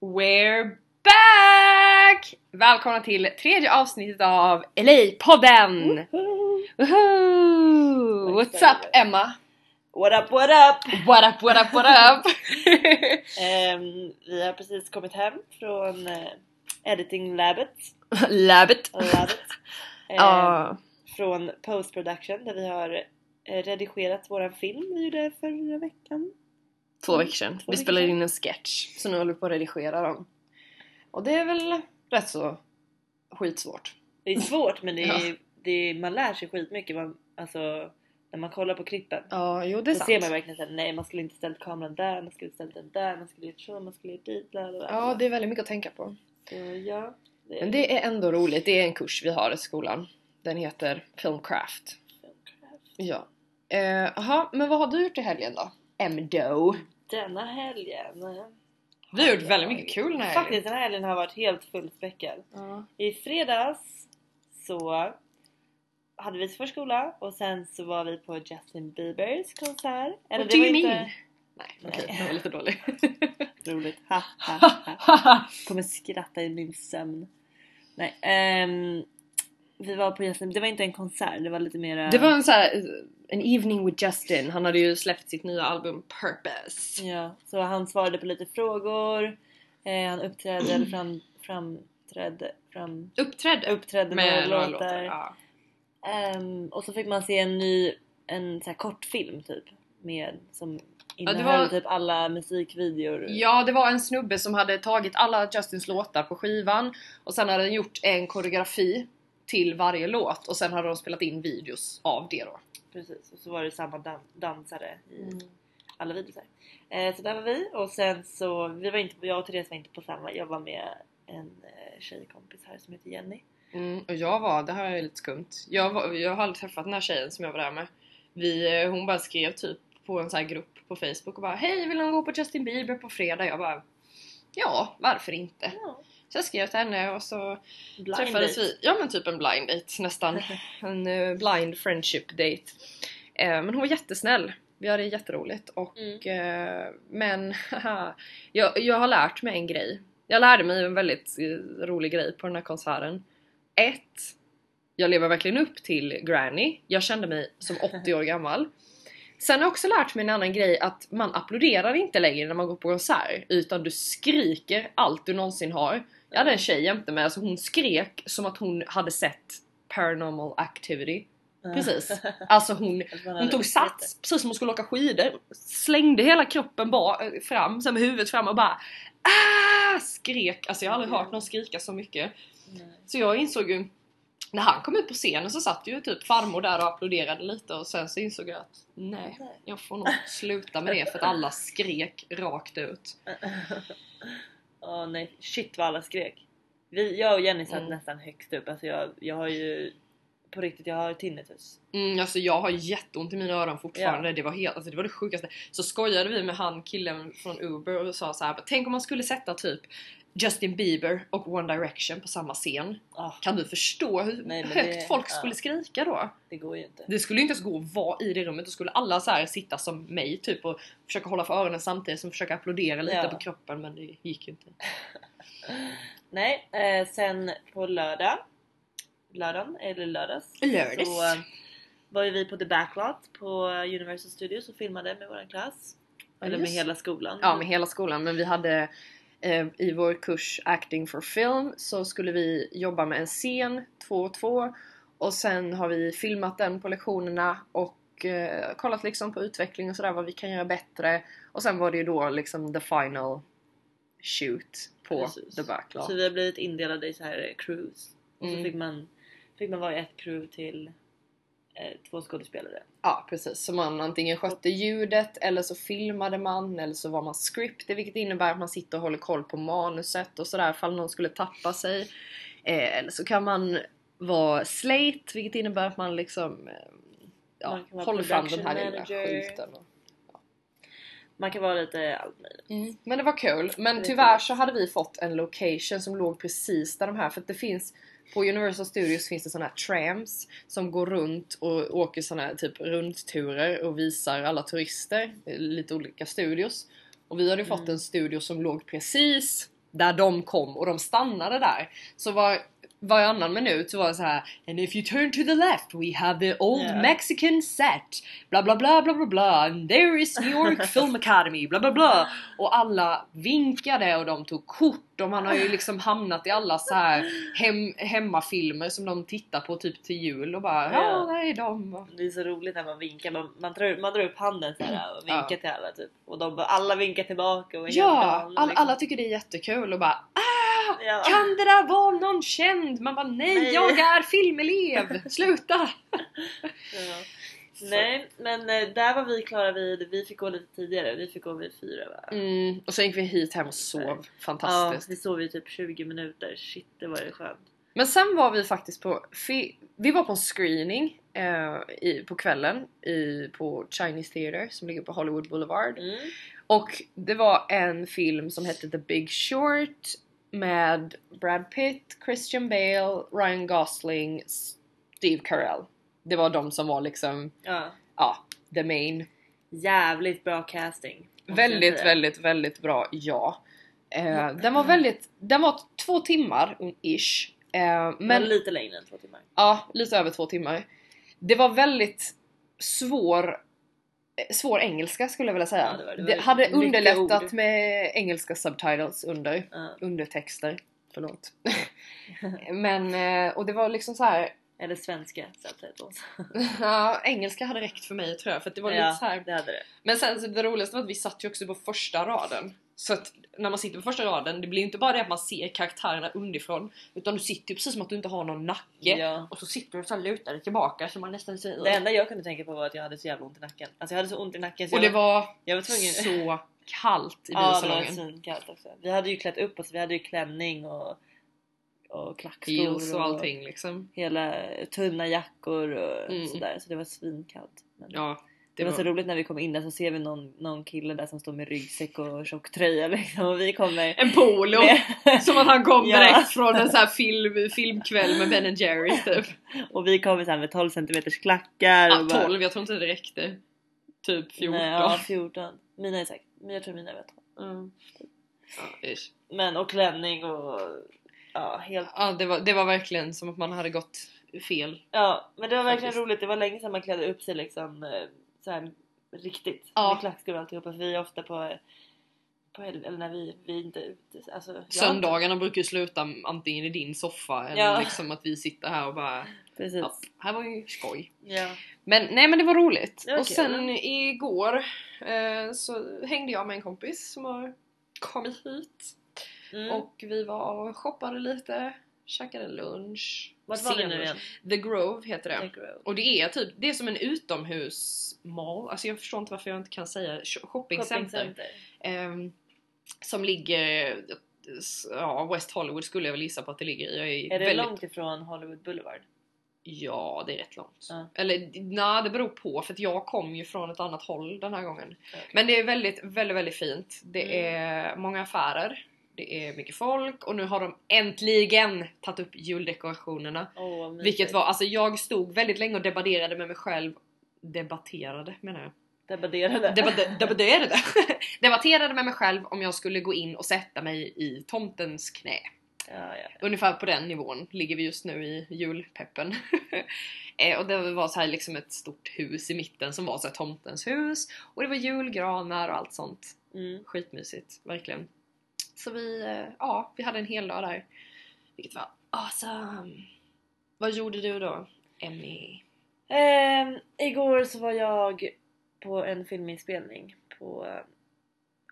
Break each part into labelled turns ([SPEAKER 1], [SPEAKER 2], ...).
[SPEAKER 1] We're back! Välkomna till tredje avsnittet av LA-podden! Woho!
[SPEAKER 2] Vad
[SPEAKER 1] What's up
[SPEAKER 2] excited.
[SPEAKER 1] Emma?
[SPEAKER 2] What up what up!
[SPEAKER 1] What up, what up, what up?
[SPEAKER 2] Ehm, vi har precis kommit hem fråfrån eh, editing labbet.
[SPEAKER 1] Labbet!
[SPEAKER 2] labbet. Ehm,
[SPEAKER 1] Ja,
[SPEAKER 2] Från post production där vi har eh, redigerat våran film vi gjorde förra veckan.
[SPEAKER 1] två veckor sedan.
[SPEAKER 2] två
[SPEAKER 1] Vi
[SPEAKER 2] veckor
[SPEAKER 1] spelade
[SPEAKER 2] sedan.
[SPEAKER 1] in en sketch, så nu håller vi på att redigera den. Och det är väl rätt så skitsvårt.
[SPEAKER 2] Det är svårt men det är,
[SPEAKER 1] Ja.
[SPEAKER 2] det är, man lär sig skitmycket. Man, alltså, när man kollar på klippen.
[SPEAKER 1] Ja, jo det är
[SPEAKER 2] så ser man
[SPEAKER 1] sant.
[SPEAKER 2] verkligen såhär, nej man skulle inte ställt kameran där, man skulle ställt den där, man skulle gjort så, man skulle gjort dit, bla bla bla.
[SPEAKER 1] Ja, det är väldigt mycket att tänka på.
[SPEAKER 2] Så, ja, det
[SPEAKER 1] Men det är ändå roligt, det är en kurs vi har i skolan. Den heter Filmcraft. Ja. Eh, Jaha, men vad har du gjort i helgen då? MDO.
[SPEAKER 2] Denna helgen. har
[SPEAKER 1] Vi har gjort
[SPEAKER 2] jag-
[SPEAKER 1] väldigt mycket kul den här
[SPEAKER 2] Faktiskt den här helgen har varit helt fullspäckad.
[SPEAKER 1] helgen.
[SPEAKER 2] I fredags så hade vi förskola och sen så var vi på Justin Biebers konsert. Eller
[SPEAKER 1] What
[SPEAKER 2] det
[SPEAKER 1] do
[SPEAKER 2] var
[SPEAKER 1] you
[SPEAKER 2] inte-
[SPEAKER 1] mean? Nej, okej, den var lite dålig.
[SPEAKER 2] Roligt. Ha, ha, ha. Kommer skratta i min sömn. Nej, ehm, vi var på Justin, det var inte en konsert, det var lite mera...
[SPEAKER 1] det var en så här, en evening with Justin. Han hade ju släppt sitt nya album Purpose.
[SPEAKER 2] Ja, så han svarade på lite frågor. Eh, han uppträdde, eller fram, framträdde, fram,
[SPEAKER 1] Uppträdde.
[SPEAKER 2] uppträdde
[SPEAKER 1] Med några låtar.
[SPEAKER 2] låtar.
[SPEAKER 1] Ja.
[SPEAKER 2] Ehm, och så fick man se en ny en så här kortfilm typ med, som
[SPEAKER 1] det
[SPEAKER 2] innehöll
[SPEAKER 1] var-
[SPEAKER 2] typ alla musikvideor.
[SPEAKER 1] ja, det var en snubbe som hade tagit alla Justins låtar på skivan och sen hade han gjort en koreografi till varje låt och sen hade de spelat in videos av det då.
[SPEAKER 2] Precis, och så var det samma dan- dansare i
[SPEAKER 1] Mm.
[SPEAKER 2] alla videor. Eh, så där var vi och sen så, vi var inte, jag och Therese var inte på samma, jag var med en eh, tjejkompis här som heter Jenny.
[SPEAKER 1] Mm, och jag var, det här är lite skumt. Jag, var, jag har aldrig träffat den här tjejen som jag var där med. Vi, eh, hon bara skrev typ på en sån här grupp på Facebook och bara Hej vill någon gå på Justin Bieber på fredag? Jag bara Ja, varför inte?
[SPEAKER 2] Ja,
[SPEAKER 1] Så jag skrev till henne och så
[SPEAKER 2] blind
[SPEAKER 1] träffades
[SPEAKER 2] date.
[SPEAKER 1] vi. Ja men typ en blind date nästan. En eh, blind friendship date. Eh, men hon var jättesnäll. Vi hade jätteroligt och
[SPEAKER 2] Mm.
[SPEAKER 1] eh, men haha, jag, jag har lärt mig en grej. Jag lärde mig en väldigt eh, rolig grej på den här konserten. Ett, jag lever verkligen upp till Granny. Jag kände mig som 80 år gammal. Sen har jag också lärt mig en annan grej att man applåderar inte längre när man går på konsert utan du skriker allt du någonsin har. Jag hade en tjej jämte mig, alltså hon skrek som att hon hade sett Paranormal Activity.
[SPEAKER 2] Ja.
[SPEAKER 1] Precis. Alltså hon
[SPEAKER 2] Att man
[SPEAKER 1] hon
[SPEAKER 2] hade-
[SPEAKER 1] tog sats precis som hon skulle åka skidor, slängde hela kroppen ba, fram, sen med huvudet fram och bara ah! skrek. Alltså jag har aldrig hört någon skrika så mycket.
[SPEAKER 2] Nej.
[SPEAKER 1] Så jag insåg ju, när han kom ut på scenen så satt ju typ farmor där och applåderade lite och sen så insåg jag att nej,
[SPEAKER 2] Nej.
[SPEAKER 1] jag får nog sluta med det för att alla skrek rakt ut.
[SPEAKER 2] Åh nej, shit vad alla skrek. Vi, jag och Jenny satt
[SPEAKER 1] Mm.
[SPEAKER 2] nästan högst upp. Alltså jag, jag har ju på riktigt, jag har tinnitus.
[SPEAKER 1] Mm, alltså jag har jätteont i mina öron fortfarande. Det, var helt, alltså det var det sjukaste. Så skojade vi med han killen från Uber och sa så här: Tänk om man skulle sätta typ Justin Bieber och One Direction på samma scen.
[SPEAKER 2] Ah,
[SPEAKER 1] Kan du förstå hur
[SPEAKER 2] Nej, men
[SPEAKER 1] högt
[SPEAKER 2] det-
[SPEAKER 1] folk
[SPEAKER 2] ja.
[SPEAKER 1] skulle skrika då?
[SPEAKER 2] det går ju inte.
[SPEAKER 1] Det skulle ju inte ens gå att vara i det rummet. Då skulle alla så här sitta som mig typ och försöka hålla för öronen samtidigt som försöka applådera lite
[SPEAKER 2] Ja.
[SPEAKER 1] på kroppen. Men det gick ju inte.
[SPEAKER 2] Nej, eh, sen på lördag, lördagen eller lördags,
[SPEAKER 1] Lördags.
[SPEAKER 2] så eh, var ju vi på The Backlot på Universal Studios och filmade med våran klass.
[SPEAKER 1] Ja,
[SPEAKER 2] eller med
[SPEAKER 1] just.
[SPEAKER 2] hela skolan.
[SPEAKER 1] Ja, med hela skolan. Men vi hade eh, i vår kurs Acting for Film så skulle vi jobba med en scen, två och två. Och sen har vi filmat den på lektionerna och eh, kollat liksom på utveckling och sådär, vad vi kan göra bättre. Och sen var det ju då liksom the final shoot på
[SPEAKER 2] Precis.
[SPEAKER 1] the backlog.
[SPEAKER 2] Så vi har blivit indelade i så här eh, crews. Och så
[SPEAKER 1] Mm.
[SPEAKER 2] fick man, fick man vara i ett crew till eh, två skådespelare.
[SPEAKER 1] Ja precis, så man antingen skötte ljudet eller så filmade man eller så var man scripted vilket innebär att man sitter och håller koll på manuset och sådär ifall någon skulle tappa sig. Eh, eller så kan man vara slate vilket innebär att man liksom eh, ja,
[SPEAKER 2] Man kan vara
[SPEAKER 1] håller fram den här lilla
[SPEAKER 2] production manager.
[SPEAKER 1] skylten. och-
[SPEAKER 2] Man kan vara lite allt möjligt.
[SPEAKER 1] Men det var kul. Men
[SPEAKER 2] Det är
[SPEAKER 1] tyvärr
[SPEAKER 2] kul.
[SPEAKER 1] så hade vi fått en location som låg precis där de här för att det finns på Universal Studios finns det såna här trams som går runt och åker såna här typ rundturer och visar alla turister eh, lite olika studios. Och vi hade ju fått
[SPEAKER 2] Mm.
[SPEAKER 1] en studio som låg precis där de kom och de stannade där. Så var varannan minut så var det så här And if you turn to the left we have the old
[SPEAKER 2] Ja.
[SPEAKER 1] mexican set bla bla bla bla bla bla and there is New York Film Academy bla bla bla och alla vinkade och de tog kort och man har ju liksom hamnat i alla så här hem, hemmafilmer som de tittar på typ till jul och bara ja,
[SPEAKER 2] Ja.
[SPEAKER 1] nej de
[SPEAKER 2] Det är så roligt när man vinkar, man, man, drar, man drar upp handen så här och vinkar
[SPEAKER 1] Ja.
[SPEAKER 2] till alla typ. Och de bara, alla vinkar tillbaka och är helt
[SPEAKER 1] Ja!
[SPEAKER 2] galna,
[SPEAKER 1] All,
[SPEAKER 2] liksom.
[SPEAKER 1] alla tycker det är jättekul och bara ah,
[SPEAKER 2] Ja.
[SPEAKER 1] Kan det där vara någon känd? Man bara nej,
[SPEAKER 2] Nej.
[SPEAKER 1] jag är filmelev! Sluta!
[SPEAKER 2] Ja. Nej men eh, där var vi klara vid, vi fick gå lite tidigare, vi fick gå vid fyra va?
[SPEAKER 1] Mm, och sen gick vi hit hem och sov.
[SPEAKER 2] Ja,
[SPEAKER 1] Fantastiskt.
[SPEAKER 2] vi sov ju typ 20 minuter, shit det var det skönt.
[SPEAKER 1] Men sen var vi faktiskt på, fi- vi var på en screening eh, i, på kvällen i, på Chinese Theatre som ligger på Hollywood Boulevard.
[SPEAKER 2] Mm.
[SPEAKER 1] Och det var en film som hette The Big Short med Brad Pitt, Christian Bale, Ryan Gosling, Steve Carell. Det var de som var liksom,
[SPEAKER 2] Ja.
[SPEAKER 1] ja, the main.
[SPEAKER 2] Jävligt bra casting. måste jag
[SPEAKER 1] Väldigt,
[SPEAKER 2] säga.
[SPEAKER 1] väldigt, väldigt bra ja. Eh, den var väldigt, den var två timmar ish. Eh,
[SPEAKER 2] Men
[SPEAKER 1] men
[SPEAKER 2] lite längre än två timmar.
[SPEAKER 1] ja, lite över två timmar. Det var väldigt svår eh, Svår engelska skulle jag vilja säga.
[SPEAKER 2] Ja, det var- det
[SPEAKER 1] det
[SPEAKER 2] var
[SPEAKER 1] hade
[SPEAKER 2] mycket
[SPEAKER 1] underlättat
[SPEAKER 2] ord.
[SPEAKER 1] med engelska subtitles under
[SPEAKER 2] Ja.
[SPEAKER 1] undertexter. Förlåt. Men, eh, och det var liksom så här.
[SPEAKER 2] Eller svenska subtitles.
[SPEAKER 1] ja, engelska hade räckt för mig tror jag för att det var lite
[SPEAKER 2] Ja,
[SPEAKER 1] så här.
[SPEAKER 2] det hade det.
[SPEAKER 1] Men sen så det roligaste var att vi satt ju också på första raden. Så att när man sitter på första raden, det blir inte bara det att man ser karaktärerna underifrån utan du sitter ju precis som att du inte har någon nacke.
[SPEAKER 2] Ja.
[SPEAKER 1] Och så sitter du så här lutade tillbaka så man nästan ser...
[SPEAKER 2] Det enda jag kunde tänka på var att jag hade så jävla ont i nacken. Alltså jag hade så ont i nacken så
[SPEAKER 1] Och
[SPEAKER 2] jag,
[SPEAKER 1] det var
[SPEAKER 2] jag var tvungen.
[SPEAKER 1] så kallt i
[SPEAKER 2] Ja det var
[SPEAKER 1] biosalongen.
[SPEAKER 2] svinkallt också. Vi hade ju klätt upp oss, vi hade ju klänning och, och
[SPEAKER 1] Heels
[SPEAKER 2] klackskor
[SPEAKER 1] och allting liksom.
[SPEAKER 2] hela tunna jackor och
[SPEAKER 1] Mm.
[SPEAKER 2] sådär så det var svinkallt. Men det,
[SPEAKER 1] Ja,
[SPEAKER 2] var, så roligt när vi kom in där så ser vi någon, någon kille där som står med ryggsäck och tjock tröja liksom och vi kommer
[SPEAKER 1] En polo!
[SPEAKER 2] med,
[SPEAKER 1] Som att han kom
[SPEAKER 2] Ja.
[SPEAKER 1] direkt från en sån här film, filmkväll med Ben Jerrys typ.
[SPEAKER 2] och vi kommer så här med 12 cm klackar
[SPEAKER 1] Ja,
[SPEAKER 2] och bara-
[SPEAKER 1] 12, jag tror inte det räckte. Typ 14.
[SPEAKER 2] Nej, ja, 14. Mina är säkert, men jag tror mina är bättre.
[SPEAKER 1] Mm. Ja, ish.
[SPEAKER 2] Men och klänning och ja, helt
[SPEAKER 1] Ja, det var, det var verkligen som att man hade gått fel.
[SPEAKER 2] Ja, men det var verkligen
[SPEAKER 1] Faktiskt.
[SPEAKER 2] roligt. Det var länge sedan man klädde upp sig liksom eh, så här riktigt.
[SPEAKER 1] Ja.
[SPEAKER 2] Med klackskor och alltihopa. För vi är ofta på, på hel- eller när vi, vi är inte ute. Alltså, jag-
[SPEAKER 1] Söndagarna brukar ju sluta antingen i din soffa eller
[SPEAKER 2] Ja.
[SPEAKER 1] liksom att vi sitter här och bara
[SPEAKER 2] Precis.
[SPEAKER 1] ja, här var ju skoj.
[SPEAKER 2] Ja.
[SPEAKER 1] Men nej men det var roligt.
[SPEAKER 2] Det var
[SPEAKER 1] och
[SPEAKER 2] kul.
[SPEAKER 1] sen igår eh, så hängde jag med en kompis som har kommit hit
[SPEAKER 2] Mm.
[SPEAKER 1] och vi var och shoppade lite, käkade lunch.
[SPEAKER 2] Vart var vi nu
[SPEAKER 1] Senlunch.
[SPEAKER 2] igen?
[SPEAKER 1] The Grove heter det.
[SPEAKER 2] Tank Road.
[SPEAKER 1] Och det är typ, det är som en utomhusmall, alltså jag förstår inte varför jag inte kan säga sh- shoppingcenter.
[SPEAKER 2] Shoppingcenter.
[SPEAKER 1] Ehm, som ligger, ja West Hollywood skulle jag väl gissa på att det ligger i. Jag är,
[SPEAKER 2] Är det
[SPEAKER 1] väldigt,
[SPEAKER 2] långt ifrån Hollywood Boulevard?
[SPEAKER 1] Ja det är rätt långt.
[SPEAKER 2] Ja.
[SPEAKER 1] Eller nej det beror på för att jag kom ju från ett annat håll den här gången.
[SPEAKER 2] Okej.
[SPEAKER 1] Men det är väldigt, väldigt, väldigt fint. Det
[SPEAKER 2] Mm.
[SPEAKER 1] är många affärer. Det är mycket folk och nu har de äntligen tagit upp juldekorationerna.
[SPEAKER 2] Åh, vad mysigt.
[SPEAKER 1] Vilket var, alltså jag stod väldigt länge och debatterade med mig själv Debatterade menar jag.
[SPEAKER 2] Debatterade.
[SPEAKER 1] Debat- debatterade. debatterade med mig själv om jag skulle gå in och sätta mig i tomtens knä.
[SPEAKER 2] ja, ja.
[SPEAKER 1] Ungefär på den nivån ligger vi just nu i julpeppen. Eh, och det var så här liksom ett stort hus i mitten som var så här tomtens hus och det var julgranar och allt sånt.
[SPEAKER 2] Mm.
[SPEAKER 1] Skitmysigt, verkligen. Så vi, eh, ja, vi hade en hel dag där. Vilket var awesome! Vad gjorde du då, Emmy?
[SPEAKER 2] Ehm, igår så var jag på en filminspelning på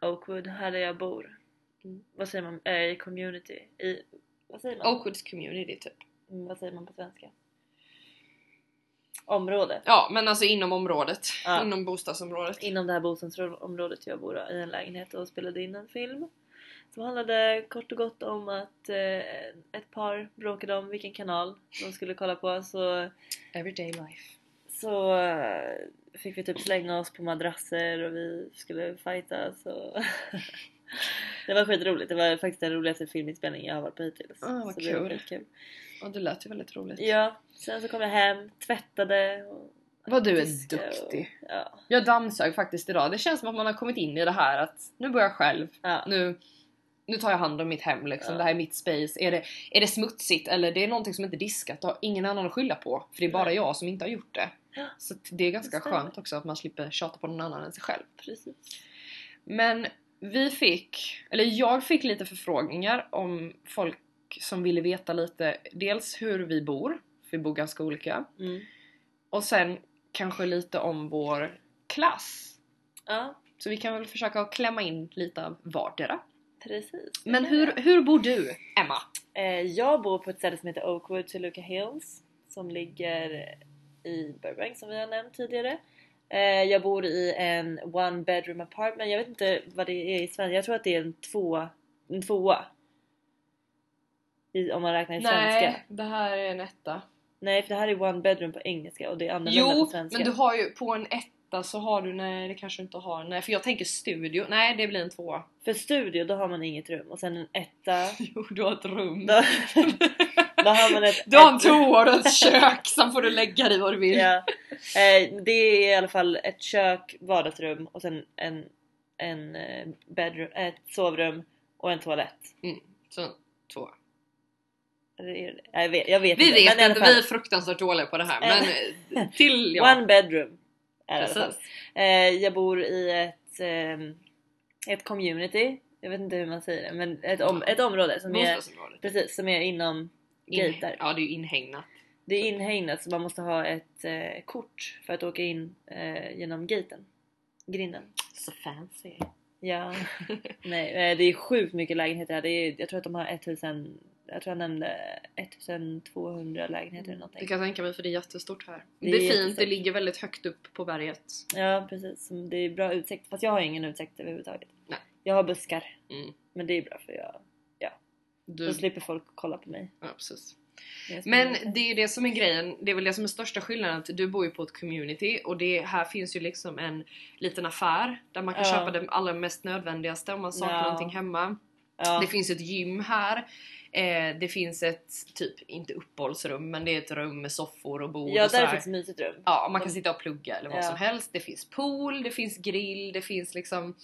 [SPEAKER 2] eh, Oakwood, här där jag bor.
[SPEAKER 1] Mm.
[SPEAKER 2] Vad säger man? Eh, I community? I, vad säger man?
[SPEAKER 1] Oakwoods community typ.
[SPEAKER 2] Mm, vad säger man på svenska? Område.
[SPEAKER 1] Ja, men alltså inom området.
[SPEAKER 2] Ja.
[SPEAKER 1] Inom bostadsområdet.
[SPEAKER 2] Inom det här bostadsområdet jag bor i en lägenhet och spelade in en film. Som handlade kort och gott om att eh, ett par bråkade om vilken kanal de skulle kolla på. Så,
[SPEAKER 1] Everyday life.
[SPEAKER 2] så eh, fick vi typ slänga oss på madrasser och vi skulle fightas. Och det var skitroligt. Det var faktiskt den roligaste filminspelningen jag har varit på hittills.
[SPEAKER 1] Ah, vad
[SPEAKER 2] så det var
[SPEAKER 1] kul.
[SPEAKER 2] skitkul.
[SPEAKER 1] Och det lät ju väldigt roligt.
[SPEAKER 2] Ja, sen så kom jag hem, tvättade. Och
[SPEAKER 1] Vad du är
[SPEAKER 2] diskade och-
[SPEAKER 1] duktig.
[SPEAKER 2] Ja.
[SPEAKER 1] Jag dammsög faktiskt idag. Det känns som att man har kommit in i det här att nu bor jag själv.
[SPEAKER 2] Ja.
[SPEAKER 1] Nu, nu tar jag hand om mitt hem liksom,
[SPEAKER 2] Ja.
[SPEAKER 1] det här är mitt space. Är det, är det smutsigt eller det är någonting som inte är diskat, då har ingen annan att skylla på. För det är bara
[SPEAKER 2] Nej.
[SPEAKER 1] jag som inte har gjort det.
[SPEAKER 2] Ja.
[SPEAKER 1] Så att det är ganska
[SPEAKER 2] Det stämmer.
[SPEAKER 1] skönt också att man slipper tjata på någon annan än sig själv.
[SPEAKER 2] Precis.
[SPEAKER 1] Men vi fick, eller jag fick lite förfrågningar om folk som ville veta lite, dels hur vi bor, för vi bor ganska olika.
[SPEAKER 2] Mm.
[SPEAKER 1] Och sen kanske lite om vår klass.
[SPEAKER 2] Ja,
[SPEAKER 1] Så vi kan väl försöka klämma in lite av vardera.
[SPEAKER 2] precis. Det
[SPEAKER 1] Men
[SPEAKER 2] kan
[SPEAKER 1] hur,
[SPEAKER 2] jag.
[SPEAKER 1] hur bor du, Emma?
[SPEAKER 2] Eh, jag bor på ett ställe som heter Oakwood Toluca Hills som ligger i Burbank som vi har nämnt tidigare. Eh, jag bor i en one bedroom apartment. Jag vet inte vad det är i svenska. Jag tror att det är en tvåa. En tvåa. I, om man räknar i svenska.
[SPEAKER 1] det här är en etta.
[SPEAKER 2] Nej, för det här är one bedroom på engelska och det är annorlunda på
[SPEAKER 1] Jo,
[SPEAKER 2] svenska.
[SPEAKER 1] men du har ju på en etta så har du, nej det kanske du inte har, nej för jag tänker studio, nej det blir en tvåa.
[SPEAKER 2] För studio då har man inget rum och sen en etta.
[SPEAKER 1] Jo, du har ett rum.
[SPEAKER 2] Då, då har man ett...
[SPEAKER 1] Du har en
[SPEAKER 2] ett-
[SPEAKER 1] toa och ett kök, sen får du lägga dig vad du vill.
[SPEAKER 2] Ja. Eh, det är i alla fall ett kök, vardagsrum och sen en, en eh, bedroom, ett sovrum och en toalett.
[SPEAKER 1] Så, två.
[SPEAKER 2] Eller är det- Jag vet, jag vet
[SPEAKER 1] Vi
[SPEAKER 2] inte.
[SPEAKER 1] vet
[SPEAKER 2] men i alla
[SPEAKER 1] inte, vi är
[SPEAKER 2] fall,
[SPEAKER 1] fruktansvärt dåliga på det här
[SPEAKER 2] Ja.
[SPEAKER 1] men eh, till ja.
[SPEAKER 2] One bedroom. Är det i alla fall.
[SPEAKER 1] Precis.
[SPEAKER 2] Eh, jag bor i ett, ehm, ett community. Jag vet inte hur man säger det men ett, om, ett område som är,
[SPEAKER 1] Bostadsområdet.
[SPEAKER 2] precis, som är inom
[SPEAKER 1] In,
[SPEAKER 2] gater.
[SPEAKER 1] ja, det är ju inhägnat.
[SPEAKER 2] Det är inhägnat så man måste ha ett eh, kort för att åka in eh, genom gaten. Grinden.
[SPEAKER 1] Så fancy.
[SPEAKER 2] Ja. Nej, eh, det är sjukt mycket lägenheter här. Det är, jag tror att de har 1000, jag tror jag nämnde 1200 lägenheter eller
[SPEAKER 1] Det
[SPEAKER 2] någonting.
[SPEAKER 1] kan jag tänka mig för det är jättestort här. Det är,
[SPEAKER 2] Det är
[SPEAKER 1] fint,
[SPEAKER 2] jättestort.
[SPEAKER 1] det ligger väldigt högt upp på berget.
[SPEAKER 2] Ja precis, Som- det är bra utsikt. Fast jag har ingen utsikt överhuvudtaget.
[SPEAKER 1] Nej.
[SPEAKER 2] Jag har buskar.
[SPEAKER 1] Mm.
[SPEAKER 2] Men det är bra för jag,
[SPEAKER 1] Du,
[SPEAKER 2] då slipper folk kolla på mig.
[SPEAKER 1] ja, precis.
[SPEAKER 2] när jag springer
[SPEAKER 1] Men
[SPEAKER 2] runt.
[SPEAKER 1] det är ju det som är grejen, det är väl det som är största skillnaden att du bor ju på ett community och det, här finns ju liksom en liten affär där man kan
[SPEAKER 2] Ja.
[SPEAKER 1] köpa det allra mest nödvändigaste om man saknar
[SPEAKER 2] Ja.
[SPEAKER 1] någonting hemma.
[SPEAKER 2] ja.
[SPEAKER 1] Det finns ett gym här. Eh, det finns ett, typ, inte uppehållsrum, men det är ett rum med soffor och bord
[SPEAKER 2] ja,
[SPEAKER 1] och
[SPEAKER 2] där är det
[SPEAKER 1] sådär.
[SPEAKER 2] ett mysigt rum.
[SPEAKER 1] Ja, man kan sitta och plugga eller vad
[SPEAKER 2] Ja.
[SPEAKER 1] som helst. Det finns pool, det finns grill, det finns liksom...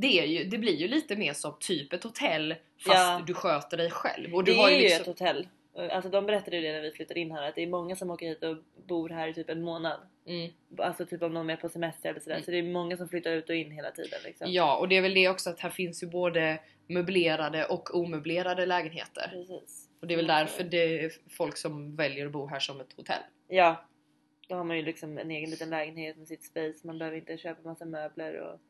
[SPEAKER 1] Det, är ju, det blir ju lite mer som typ ett hotell fast
[SPEAKER 2] Ja.
[SPEAKER 1] du sköter dig själv. Och
[SPEAKER 2] Det
[SPEAKER 1] du har
[SPEAKER 2] är ju
[SPEAKER 1] liksom,
[SPEAKER 2] ett hotell. Alltså de berättade ju det när vi flyttade in här att det är många som åker hit och bor här i typ en månad.
[SPEAKER 1] Mm.
[SPEAKER 2] Alltså typ om de är på semester eller sådär.
[SPEAKER 1] Mm.
[SPEAKER 2] Så det är många som flyttar ut och in hela tiden liksom.
[SPEAKER 1] Ja, och det är väl det också att här finns ju både möblerade och omöblerade lägenheter.
[SPEAKER 2] Precis.
[SPEAKER 1] Och det är väl därför det är folk som väljer att bo här som ett hotell.
[SPEAKER 2] Ja. Då har man ju liksom en egen liten lägenhet med sitt space. Man behöver inte köpa massa möbler och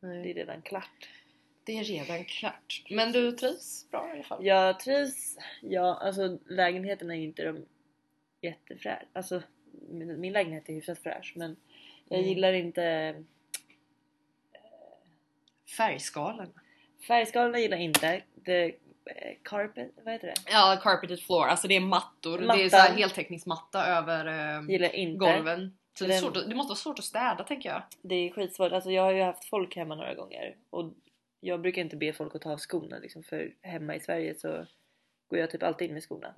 [SPEAKER 2] det är redan klart.
[SPEAKER 1] Det är redan klart. Men du trivs bra i alla fall?
[SPEAKER 2] Jag trivs. Ja, alltså lägenheten är ju inte de jättefräsch. Alltså min, min lägenhet är hyfsat fräsch men jag
[SPEAKER 1] Mm.
[SPEAKER 2] gillar inte
[SPEAKER 1] Färgskalan.
[SPEAKER 2] färgskalorna gillar jag inte. The eh, carpet, vad heter det?
[SPEAKER 1] Ja, carpeted floor. Alltså det är mattor. Det är
[SPEAKER 2] Mattan.
[SPEAKER 1] så här heltäckningsmatta över eh,
[SPEAKER 2] Gillar jag inte.
[SPEAKER 1] golven. Så det, är
[SPEAKER 2] Den-
[SPEAKER 1] svårt, att- det måste vara svårt att städa tänker jag.
[SPEAKER 2] Det är skitsvårt. Alltså jag har ju haft folk hemma några gånger och jag brukar inte be folk att ta av skorna liksom för hemma i Sverige så går jag typ alltid in med skorna.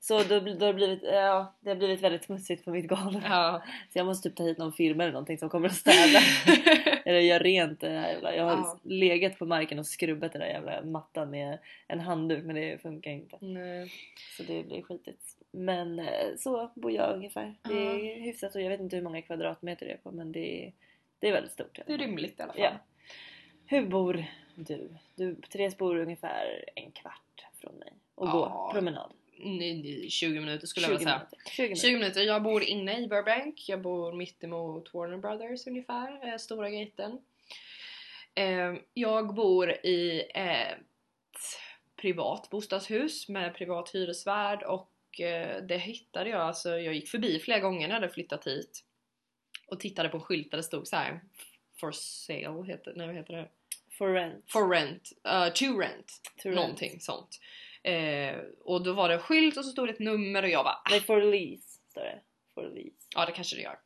[SPEAKER 2] Så då, bli- då har det blivit, eh, ja, det har blivit väldigt smutsigt på mitt golv.
[SPEAKER 1] Ja.
[SPEAKER 2] Så jag måste typ ta hit någon film eller någonting som kommer att städa. eller göra rent det här jävla. Jag har
[SPEAKER 1] Ja.
[SPEAKER 2] legat på marken och skrubbat den där jävla mattan med en handduk men det funkar inte.
[SPEAKER 1] Nej.
[SPEAKER 2] Så det blir skitigt. Men eh, så bor jag ungefär. Det är hyfsat och jag vet inte hur många kvadratmeter det är på men det är, det är väldigt stort. i alla
[SPEAKER 1] Det är
[SPEAKER 2] fall.
[SPEAKER 1] rymligt i alla fall.
[SPEAKER 2] Ja. Hur bor du? du? Therese bor ungefär en kvart från mig och
[SPEAKER 1] Ja.
[SPEAKER 2] går promenad.
[SPEAKER 1] Ny- ny- 20 minuter skulle
[SPEAKER 2] 20
[SPEAKER 1] jag vilja säga.
[SPEAKER 2] minuter. 20 minuter.
[SPEAKER 1] 20 minuter. Jag bor inne i Burbank. Jag bor mittemot Warner Brothers ungefär, eh, Stora gaten. Eh, jag bor i ett privat bostadshus med privat hyresvärd och eh, det hittade jag, alltså jag gick förbi flera gånger när jag hade flyttat hit och tittade på en skylt där det stod så här. For sale heter, nej, vad heter det?
[SPEAKER 2] For rent.
[SPEAKER 1] For rent, eh, to rent,
[SPEAKER 2] To rent.
[SPEAKER 1] någonting sånt. Eh, och då var det en skylt och så stod det ett nummer och jag bara
[SPEAKER 2] Nej, for lease står det. For lease.
[SPEAKER 1] Ja det kanske det gör.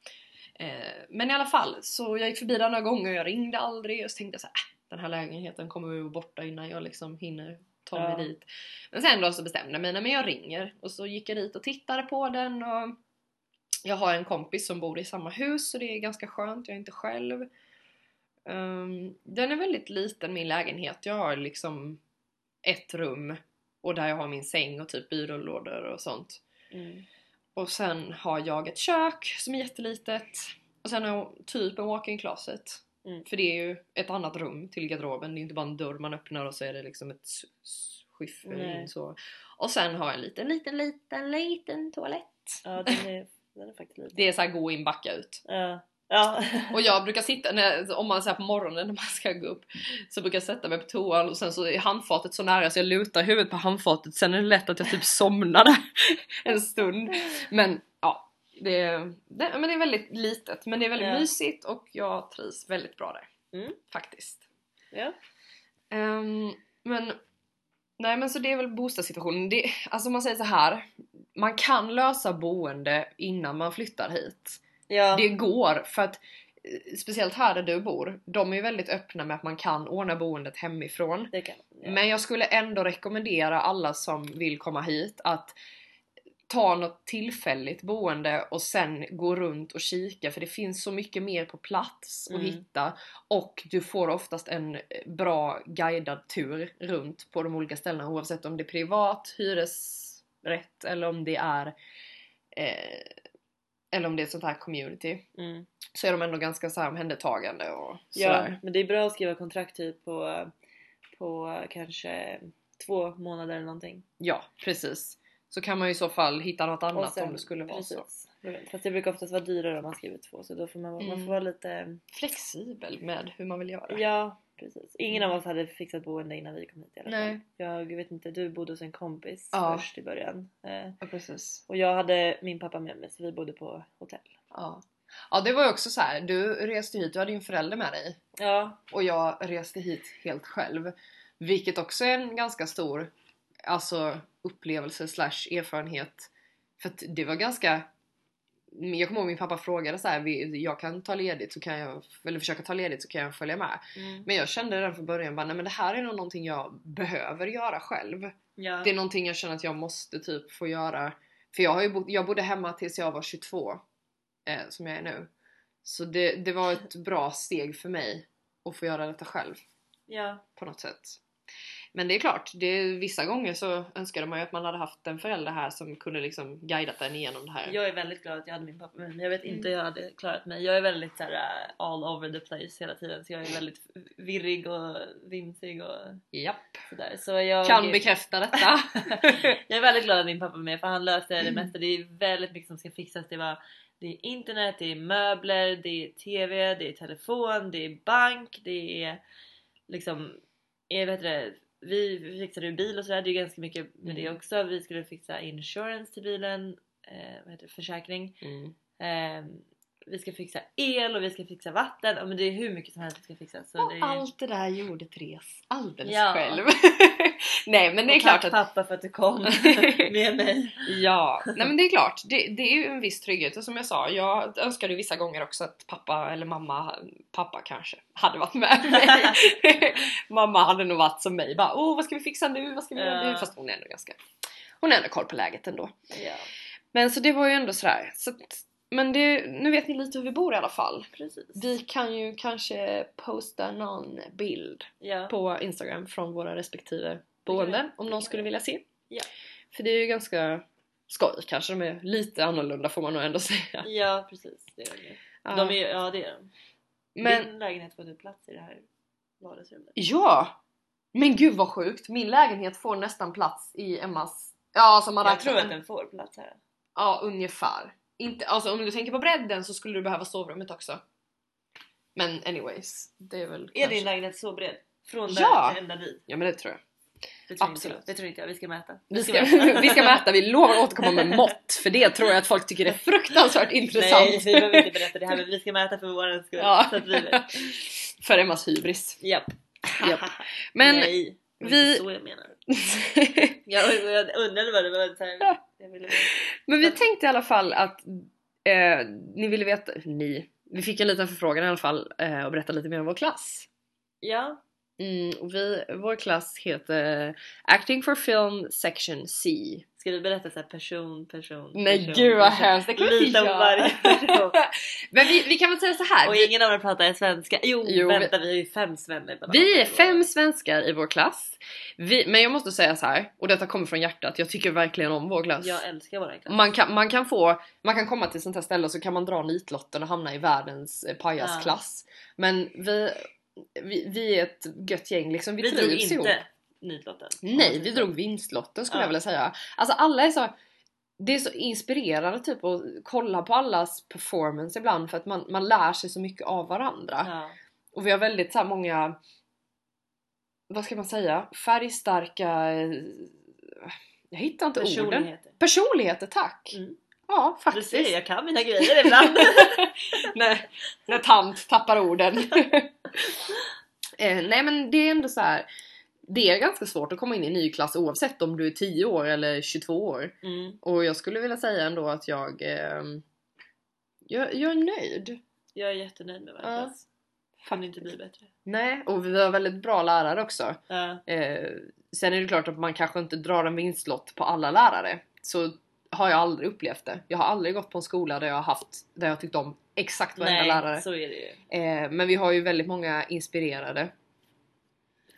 [SPEAKER 1] Eh, men i alla fall, så jag gick förbi den några gånger och jag ringde aldrig och så tänkte jag så här, "Äh, den här lägenheten kommer ju vara borta innan jag liksom hinner ta mig
[SPEAKER 2] Ja.
[SPEAKER 1] dit. Men sen då så bestämde jag mig, nej men jag ringer. Och så gick jag dit och tittade på den och jag har en kompis som bor i samma hus så det är ganska skönt, jag är inte själv. Ehm, den är väldigt liten min lägenhet, jag har liksom ett rum och där jag har min säng och typ byrålådor och sånt.
[SPEAKER 2] Mm.
[SPEAKER 1] Och sen har jag ett kök som är jättelitet. Och sen har jag typ en walk-in closet.
[SPEAKER 2] Mm.
[SPEAKER 1] För det är ju ett annat rum till garderoben. Det är inte bara en dörr man öppnar och så är det liksom ett s- s- skyffel
[SPEAKER 2] Nej.
[SPEAKER 1] in så. Och sen har jag en liten, liten, liten, liten toalett.
[SPEAKER 2] Ja, den är, den är faktiskt liten.
[SPEAKER 1] Det är så här gå in, backa ut.
[SPEAKER 2] Ja. Ja.
[SPEAKER 1] Och jag brukar sitta, när, om man säger på morgonen när man ska gå upp, så brukar jag sätta mig på toan och sen så är handfatet så nära så jag lutar huvudet på handfatet. Sen är det lätt att jag typ somnar där en stund. Men ja, det, är- det, men det är väldigt litet men det är väldigt
[SPEAKER 2] Ja.
[SPEAKER 1] mysigt och jag trivs väldigt bra där.
[SPEAKER 2] Mm.
[SPEAKER 1] Faktiskt.
[SPEAKER 2] ja.
[SPEAKER 1] Ehm, men nej men så det är väl bostadssituationen. Det, alltså om man säger så här. Man kan lösa boende innan man flyttar hit.
[SPEAKER 2] Ja.
[SPEAKER 1] Det går för att eh, speciellt här där du bor. De är ju väldigt öppna med att man kan ordna boendet hemifrån.
[SPEAKER 2] Det kan ja.
[SPEAKER 1] Men jag skulle ändå rekommendera alla som vill komma hit att ta något tillfälligt boende och sen gå runt och kika för det finns så mycket mer på plats att
[SPEAKER 2] Mm.
[SPEAKER 1] hitta och du får oftast en eh, bra guidad tur runt på de olika ställena oavsett om det är privat, hyresrätt eller om det är eh, eller om det är ett sånt här community
[SPEAKER 2] Mm.
[SPEAKER 1] så är de ändå ganska så här omhändertagande och
[SPEAKER 2] ja.
[SPEAKER 1] sådär.
[SPEAKER 2] Men det är bra att skriva kontrakt typ på, på kanske två månader eller någonting.
[SPEAKER 1] Ja, precis. Så kan man ju i så fall hitta något
[SPEAKER 2] Och
[SPEAKER 1] annat
[SPEAKER 2] sen-
[SPEAKER 1] om det skulle vara så.
[SPEAKER 2] precis. Fast det brukar oftast vara dyrare om man skriver två så då får man, vara- man
[SPEAKER 1] Mm.
[SPEAKER 2] får vara lite...
[SPEAKER 1] Flexibel med hur man vill göra.
[SPEAKER 2] Ja precis. Ingen
[SPEAKER 1] Mm.
[SPEAKER 2] av oss hade fixat boende innan vi kom hit i alla fall.
[SPEAKER 1] Nej.
[SPEAKER 2] Jag vet inte, du bodde hos en kompis
[SPEAKER 1] Ja.
[SPEAKER 2] först i början. Eh,
[SPEAKER 1] Ja, precis.
[SPEAKER 2] och jag hade min pappa med mig så vi bodde på hotell.
[SPEAKER 1] Ja. ja, det var ju också så här. du reste hit, du hade din förälder med dig
[SPEAKER 2] Ja,
[SPEAKER 1] och jag reste hit helt själv. Vilket också är en ganska stor alltså, upplevelse slash erfarenhet. För att det var ganska... Jag kommer ihåg min pappa frågade så här, "Vi- jag kan ta ledigt så kan jag, eller försöka ta ledigt så kan jag följa med.
[SPEAKER 2] mm.
[SPEAKER 1] Men jag kände redan från början bara, nej men det här är nog någonting jag behöver göra själv.
[SPEAKER 2] ja.
[SPEAKER 1] Det är någonting jag känner att jag måste typ få göra. För jag har ju bott, jag bodde hemma tills jag var 22. Eh, som jag är nu. Så det, det var ett bra steg för mig att få göra detta själv
[SPEAKER 2] ja.
[SPEAKER 1] på något sätt. Men det är klart, det, vissa gånger så önskade man ju att man hade haft en förälder här som kunde liksom guidat en igenom det här.
[SPEAKER 2] Jag är väldigt glad att jag hade min pappa med mig. Jag vet
[SPEAKER 1] Mm.
[SPEAKER 2] inte hur jag hade klarat mig. Jag är väldigt så här, äh, all over the place hela tiden. Så jag är väldigt virrig och vimsig och
[SPEAKER 1] Japp.
[SPEAKER 2] sådär. Så jag,
[SPEAKER 1] Kan bekräfta detta.
[SPEAKER 2] jag är väldigt glad att min pappa är med för han löser det
[SPEAKER 1] Mm.
[SPEAKER 2] mesta. Det är väldigt mycket som ska fixas. Det, var, det är internet, det är möbler, det är TV, det är telefon, det är bank, det är liksom... Jag vet det, vi fixade ju bil och sådär. Det är ganska mycket med det
[SPEAKER 1] Mm.
[SPEAKER 2] också. Vi skulle fixa insurance till bilen. Eh, vad heter det? Försäkring.
[SPEAKER 1] Mm.
[SPEAKER 2] Ehm, vi ska fixa el och vi ska fixa vatten. Ja, men det är hur mycket som helst som ska fixas. Så
[SPEAKER 1] Och
[SPEAKER 2] det är...
[SPEAKER 1] allt det där gjorde Therese alldeles
[SPEAKER 2] Ja.
[SPEAKER 1] själv. Nej men det är
[SPEAKER 2] Och
[SPEAKER 1] klart
[SPEAKER 2] tack
[SPEAKER 1] att
[SPEAKER 2] pappa för att du kom med mig.
[SPEAKER 1] Ja, nej men det är klart. Det, det är ju en viss trygghet och som jag sa, jag önskade ju vissa gånger också att pappa eller mamma, pappa kanske, hade varit med mig. mamma hade nog varit som mig, bara åh vad ska vi fixa nu, vad ska vi göra nu?
[SPEAKER 2] Ja.
[SPEAKER 1] Fast hon är ändå ganska, hon har ändå koll på läget ändå.
[SPEAKER 2] ja,
[SPEAKER 1] Men så det var ju ändå sådär. Så att, men det, nu vet ni lite hur vi bor i alla fall.
[SPEAKER 2] precis.
[SPEAKER 1] Vi kan ju kanske posta någon bild
[SPEAKER 2] Ja.
[SPEAKER 1] på Instagram från våra respektive boenden om någon skulle vilja se.
[SPEAKER 2] Mm. Ja.
[SPEAKER 1] För det är ju ganska skoj kanske, de är lite annorlunda får man nog ändå säga.
[SPEAKER 2] ja, precis. Det är det.
[SPEAKER 1] Ja.
[SPEAKER 2] De är, ja, det är de.
[SPEAKER 1] Men
[SPEAKER 2] Din lägenhet får nu plats i det här vardagsrummet.
[SPEAKER 1] ja! Men gud vad sjukt, min lägenhet får nästan plats i Emmas... Ja, som man
[SPEAKER 2] Jag
[SPEAKER 1] räknar
[SPEAKER 2] tror att
[SPEAKER 1] med.
[SPEAKER 2] den får plats här.
[SPEAKER 1] Ja, ungefär. Inte, alltså om du tänker på bredden så skulle du behöva sovrummet också. Men anyways, det är väl
[SPEAKER 2] Är
[SPEAKER 1] kanske-
[SPEAKER 2] din lägenhet så bred? Från
[SPEAKER 1] Ja.
[SPEAKER 2] där till ända dit?
[SPEAKER 1] Ja men det tror jag.
[SPEAKER 2] Det tror inte
[SPEAKER 1] Absolut.
[SPEAKER 2] jag. Det tror inte jag. Vi ska mäta.
[SPEAKER 1] Vi ska, vi ska mäta, vi lovar att återkomma med mått för det tror jag att folk tycker är fruktansvärt intressant.
[SPEAKER 2] Nej, vi behöver inte berätta det här men vi ska mäta för våran skull.
[SPEAKER 1] Ja.
[SPEAKER 2] Så att vi vet.
[SPEAKER 1] För Emmas hybris.
[SPEAKER 2] Japp.
[SPEAKER 1] Japp. Men
[SPEAKER 2] Nej, det var
[SPEAKER 1] vi-
[SPEAKER 2] inte så jag menar. Jag, jag undrade vad det var. Så här, jag ville...
[SPEAKER 1] Men vi tänkte i alla fall att eh, ni ville veta, ni, vi fick en liten förfrågan i alla fall eh, och berätta lite mer om vår klass.
[SPEAKER 2] Ja,
[SPEAKER 1] Mm, och vi, vår klass heter Acting for Film Section C.
[SPEAKER 2] Ska vi berätta så här person, person,
[SPEAKER 1] Nej
[SPEAKER 2] person,
[SPEAKER 1] gud vad
[SPEAKER 2] person?
[SPEAKER 1] hemskt, det kan vi inte
[SPEAKER 2] Lite om varje
[SPEAKER 1] göra!
[SPEAKER 2] person.
[SPEAKER 1] Men vi, vi kan väl säga så här.
[SPEAKER 2] Och
[SPEAKER 1] vi-
[SPEAKER 2] ingen av er pratar svenska. Jo,
[SPEAKER 1] Jo, vi-
[SPEAKER 2] vänta vi är ju fem svenner. på
[SPEAKER 1] Vi är
[SPEAKER 2] landet.
[SPEAKER 1] fem svenskar i vår klass. Vi, men jag måste säga så här, och detta kommer från hjärtat, jag tycker verkligen om vår klass.
[SPEAKER 2] Jag älskar våran klass.
[SPEAKER 1] Man kan, man kan få, man kan komma till sånt här ställe och så kan man dra nitlotten och hamna i världens eh, pajasklass. Men vi, vi, vi är ett gött gäng liksom, vi,
[SPEAKER 2] Vi drog
[SPEAKER 1] trivs ihop.
[SPEAKER 2] inte nitlotten.
[SPEAKER 1] Nej, vi drog vinstlotten skulle
[SPEAKER 2] Ja.
[SPEAKER 1] jag vilja säga. Alltså alla är så... Det är så inspirerande typ att kolla på allas performance ibland för att man, man lär sig så mycket av varandra.
[SPEAKER 2] Ja.
[SPEAKER 1] Och vi har väldigt så här många... Vad ska man säga? Färgstarka... eh, Jag hittar inte orden.
[SPEAKER 2] Personligheter.
[SPEAKER 1] Personligheter, tack!
[SPEAKER 2] Mm.
[SPEAKER 1] Ja,
[SPEAKER 2] Du
[SPEAKER 1] faktiskt.
[SPEAKER 2] ser, jag kan mina grejer ibland.
[SPEAKER 1] när, när tant tappar orden. eh, nej men det är ändå så här. Det är ganska svårt att komma in i en ny klass oavsett om du är 10 år eller 22 år.
[SPEAKER 2] Mm.
[SPEAKER 1] Och jag skulle vilja säga ändå att jag... ehm, jag, jag är nöjd.
[SPEAKER 2] Jag är jättenöjd med vår
[SPEAKER 1] Ja.
[SPEAKER 2] klass. Kan inte bli bättre.
[SPEAKER 1] Nej, och vi har väldigt bra lärare också.
[SPEAKER 2] Ja.
[SPEAKER 1] Eh, sen är det klart att man kanske inte drar en vinstlott på alla lärare. Så har jag aldrig upplevt det. Jag har aldrig gått på en skola där jag har haft, där jag tyckt om exakt varenda
[SPEAKER 2] Nej,
[SPEAKER 1] lärare.
[SPEAKER 2] så är det ju.
[SPEAKER 1] Eh, men vi har ju väldigt många inspirerade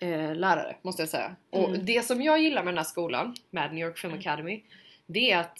[SPEAKER 1] eh, lärare måste jag säga. Och
[SPEAKER 2] Mm.
[SPEAKER 1] det som jag gillar med den här skolan, med New York Film Academy, det är att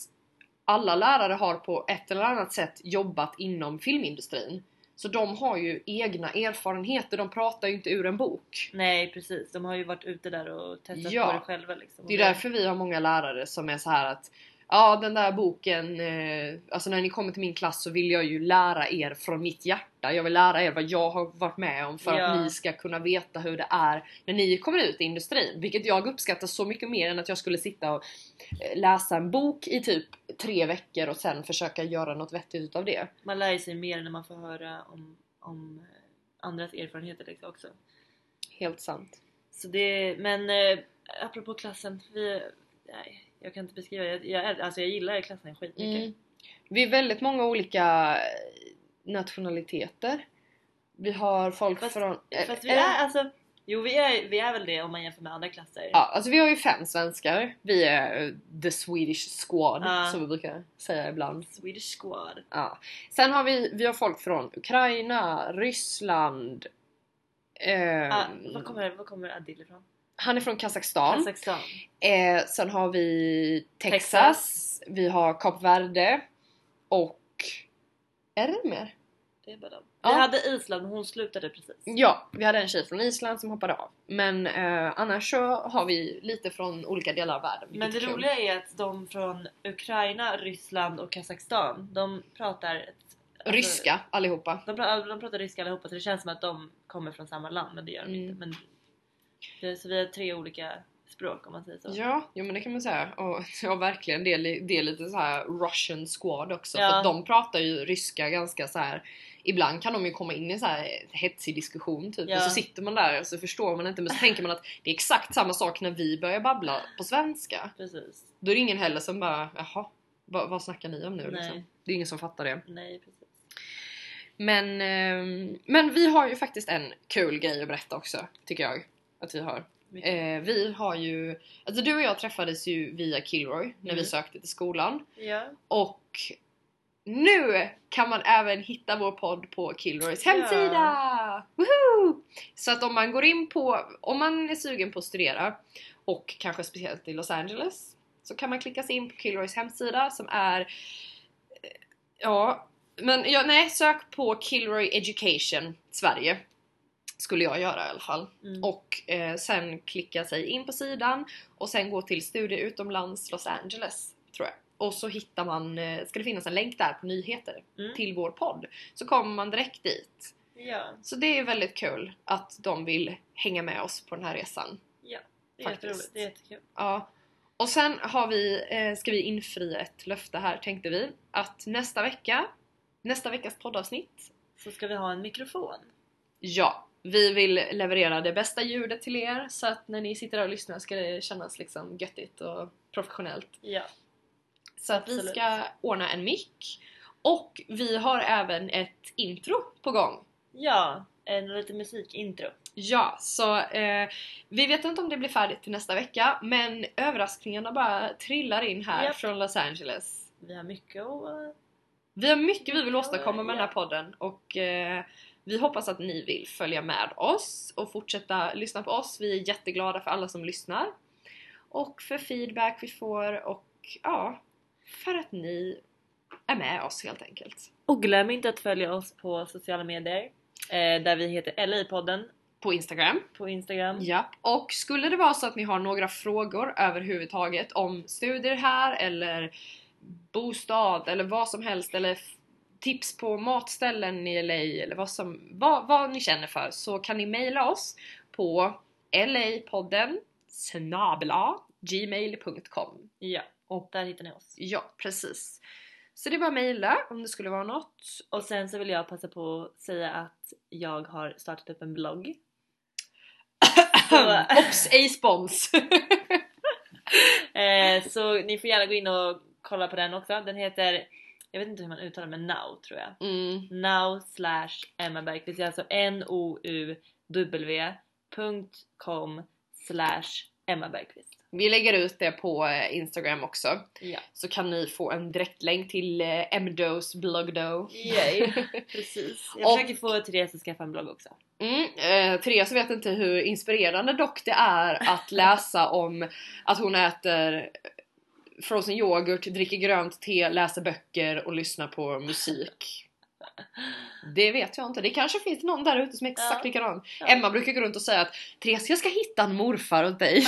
[SPEAKER 1] alla lärare har på ett eller annat sätt jobbat inom filmindustrin. Så de har ju egna erfarenheter, de pratar ju inte ur en bok.
[SPEAKER 2] Nej precis, de har ju varit ute där och testat
[SPEAKER 1] Ja.
[SPEAKER 2] på det själva liksom.
[SPEAKER 1] Det är därför vi har många lärare som är så här att Ja den där boken, eh, alltså när ni kommer till min klass så vill jag ju lära er från mitt hjärta. Jag vill lära er vad jag har varit med om för
[SPEAKER 2] Ja.
[SPEAKER 1] att ni ska kunna veta hur det är när ni kommer ut i industrin. Vilket jag uppskattar så mycket mer än att jag skulle sitta och eh, läsa en bok i typ tre veckor och sen försöka göra något vettigt utav det.
[SPEAKER 2] Man lär ju sig mer när man får höra om, om eh, andras erfarenheter liksom också.
[SPEAKER 1] Helt sant.
[SPEAKER 2] Så det, men eh, apropå klassen, vi, nej, jag kan inte beskriva det. Jag, jag, äl- alltså jag gillar klassen skitmycket.
[SPEAKER 1] Mm. Vi är väldigt många olika eh, nationaliteter. Vi har folk
[SPEAKER 2] Fast-
[SPEAKER 1] från...
[SPEAKER 2] Fast vi
[SPEAKER 1] eh,
[SPEAKER 2] är alltså, jo vi är, vi är väl det om man jämför med andra klasser.
[SPEAKER 1] Ja, alltså vi har ju fem svenskar. Vi är eh, the Swedish squad
[SPEAKER 2] Ja.
[SPEAKER 1] som vi brukar säga ibland.
[SPEAKER 2] Swedish squad.
[SPEAKER 1] Ja. Sen har vi, vi har folk från Ukraina, Ryssland. ehm,
[SPEAKER 2] Ah, var, kommer, var kommer Adil ifrån?
[SPEAKER 1] han är från Kazakstan.
[SPEAKER 2] Kazakstan.
[SPEAKER 1] Eh, sen har vi Texas,
[SPEAKER 2] Texas.
[SPEAKER 1] vi har Kap Verde och är det mer?
[SPEAKER 2] Det är bara dem.
[SPEAKER 1] Ja.
[SPEAKER 2] Vi hade Island men hon slutade precis.
[SPEAKER 1] Ja, vi hade en tjej från Island som hoppade av. Men eh, annars så har vi lite från olika delar av världen.
[SPEAKER 2] Men det
[SPEAKER 1] vilket är kul.
[SPEAKER 2] roliga är att de från Ukraina, Ryssland och Kazakstan, de pratar... ett- alltså,
[SPEAKER 1] Ryska allihopa.
[SPEAKER 2] De pratar, de pratar ryska allihopa så det känns som att de kommer från samma land men det gör de
[SPEAKER 1] Mm.
[SPEAKER 2] inte. Men, det- så vi har tre olika språk om man säger så.
[SPEAKER 1] Ja, jo men det kan man säga. Och ja, verkligen, det är, li- det är lite så här Russian squad också.
[SPEAKER 2] Ja.
[SPEAKER 1] För att de pratar ju ryska ganska så här. Ibland kan de ju komma in i så här hetsig diskussion typ.
[SPEAKER 2] Ja.
[SPEAKER 1] Och så sitter man där och så förstår man inte. Men så tänker man att det är exakt samma sak när vi börjar babbla på svenska.
[SPEAKER 2] Precis.
[SPEAKER 1] Då är det ingen heller som bara jaha, vad, vad snackar ni om nu liksom?
[SPEAKER 2] Nej.
[SPEAKER 1] Det är Eh, ingen som fattar det.
[SPEAKER 2] Nej precis.
[SPEAKER 1] Men, ehm, men vi har ju faktiskt en kul grej att berätta också, tycker jag. Att vi har.
[SPEAKER 2] Mycket.
[SPEAKER 1] Eh, vi har ju, alltså du och jag träffades ju via Kilroy när
[SPEAKER 2] Mm.
[SPEAKER 1] vi sökte till skolan
[SPEAKER 2] Ja.
[SPEAKER 1] och nu kan man även hitta vår podd på Kilroys
[SPEAKER 2] Ja.
[SPEAKER 1] hemsida! Woho! Så att om man går in på, om man är sugen på att studera och kanske speciellt i Los Angeles så kan man klicka sig in på Kilroys hemsida som är eh, ja, men ja, nej, sök på Kilroy Education Sverige skulle jag göra i alla fall
[SPEAKER 2] Mm.
[SPEAKER 1] och eh, sen klicka sig in på sidan och sen gå till studie utomlands Los Angeles tror jag. Och så hittar man, eh, ska det finnas en länk där på nyheter
[SPEAKER 2] Mm.
[SPEAKER 1] till vår podd. Så kommer man direkt dit.
[SPEAKER 2] Ja,
[SPEAKER 1] Så det är väldigt kul att de vill hänga med oss på den här resan.
[SPEAKER 2] det är
[SPEAKER 1] Faktiskt.
[SPEAKER 2] jätteroligt. Det är jättekul.
[SPEAKER 1] Ja. Och sen har vi, eh, ska vi infria ett löfte här tänkte vi. Att nästa vecka, nästa veckas poddavsnitt
[SPEAKER 2] Så ska vi ha en mikrofon.
[SPEAKER 1] Ja, vi vill leverera det bästa ljudet till er så att när ni sitter där och lyssnar ska det kännas liksom göttigt och professionellt.
[SPEAKER 2] Ja.
[SPEAKER 1] Så att vi
[SPEAKER 2] Absolut.
[SPEAKER 1] ska ordna en mick. Och vi har även ett intro på gång.
[SPEAKER 2] Ja, en liten musikintro.
[SPEAKER 1] Ja, så eh, vi vet inte om det blir färdigt till nästa vecka men överraskningarna bara trillar in här
[SPEAKER 2] Japp.
[SPEAKER 1] från Los Angeles.
[SPEAKER 2] Vi har mycket att...
[SPEAKER 1] Vi har mycket vi vill åstadkomma med
[SPEAKER 2] Ja.
[SPEAKER 1] den här podden och eh, vi hoppas att ni vill följa med oss och fortsätta lyssna på oss. Vi är jätteglada för alla som lyssnar och för feedback vi får och ja, för att ni är med oss helt enkelt.
[SPEAKER 2] Och glöm inte att följa oss på sociala medier. Eh, där vi heter LI-podden
[SPEAKER 1] På Instagram.
[SPEAKER 2] på Instagram.
[SPEAKER 1] Ja. Och skulle det vara så att ni har några frågor överhuvudtaget om studier här eller bostad eller vad som helst eller f- tips på matställen i LA eller vad, som, vad, vad ni känner för så kan ni mejla oss på LA-podden snabla gmail.com
[SPEAKER 2] Ja, och där hittar ni oss.
[SPEAKER 1] Ja, precis. Så det är bara att mejla om det skulle vara något.
[SPEAKER 2] Och sen så vill jag passa på att säga att jag har startat upp en blogg. Så-
[SPEAKER 1] Ops, ej spons!
[SPEAKER 2] Eh, så ni får gärna gå in och kolla på den också. Den heter, jag vet inte hur man uttalar men now tror jag.
[SPEAKER 1] Mm.
[SPEAKER 2] Now slash Emma Bergqvist. Det är alltså nouw.com slash Emma Bergqvist.
[SPEAKER 1] Vi lägger ut det på eh, Instagram också.
[SPEAKER 2] Ja.
[SPEAKER 1] så kan ni få en direktlänk till eh, MDOs bloggdo.
[SPEAKER 2] Yay. Precis. Jag
[SPEAKER 1] Och-
[SPEAKER 2] försöker få Therese att skaffa en blogg också.
[SPEAKER 1] Mm, eh, Therese vet inte hur inspirerande dock det är att läsa om att hon äter frozen yoghurt, dricker grönt te, läser böcker och lyssnar på musik. Det vet jag inte. Det kanske finns någon där ute som är exakt
[SPEAKER 2] Ja.
[SPEAKER 1] likadan.
[SPEAKER 2] Ja.
[SPEAKER 1] Emma brukar gå runt och säga att Therese jag ska hitta en morfar åt dig.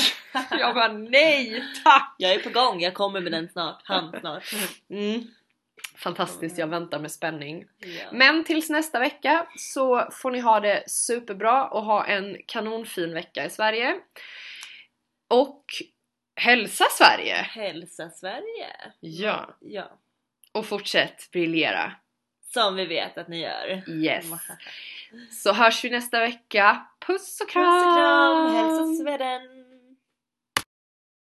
[SPEAKER 1] jag bara nej tack!
[SPEAKER 2] Jag är på gång, jag kommer med den snart. Han snart.
[SPEAKER 1] Mm. Fantastiskt, jag väntar med spänning.
[SPEAKER 2] Ja.
[SPEAKER 1] Men tills nästa vecka så får ni ha det superbra och ha en kanonfin vecka i Sverige. Och hälsa Sverige!
[SPEAKER 2] Hälsa Sverige!
[SPEAKER 1] Ja.
[SPEAKER 2] Ja.
[SPEAKER 1] Och fortsätt briljera.
[SPEAKER 2] Som vi vet att ni gör.
[SPEAKER 1] Yes. Så hörs vi nästa vecka. Puss och kram!
[SPEAKER 2] Puss och kram! Hälsa Sweden!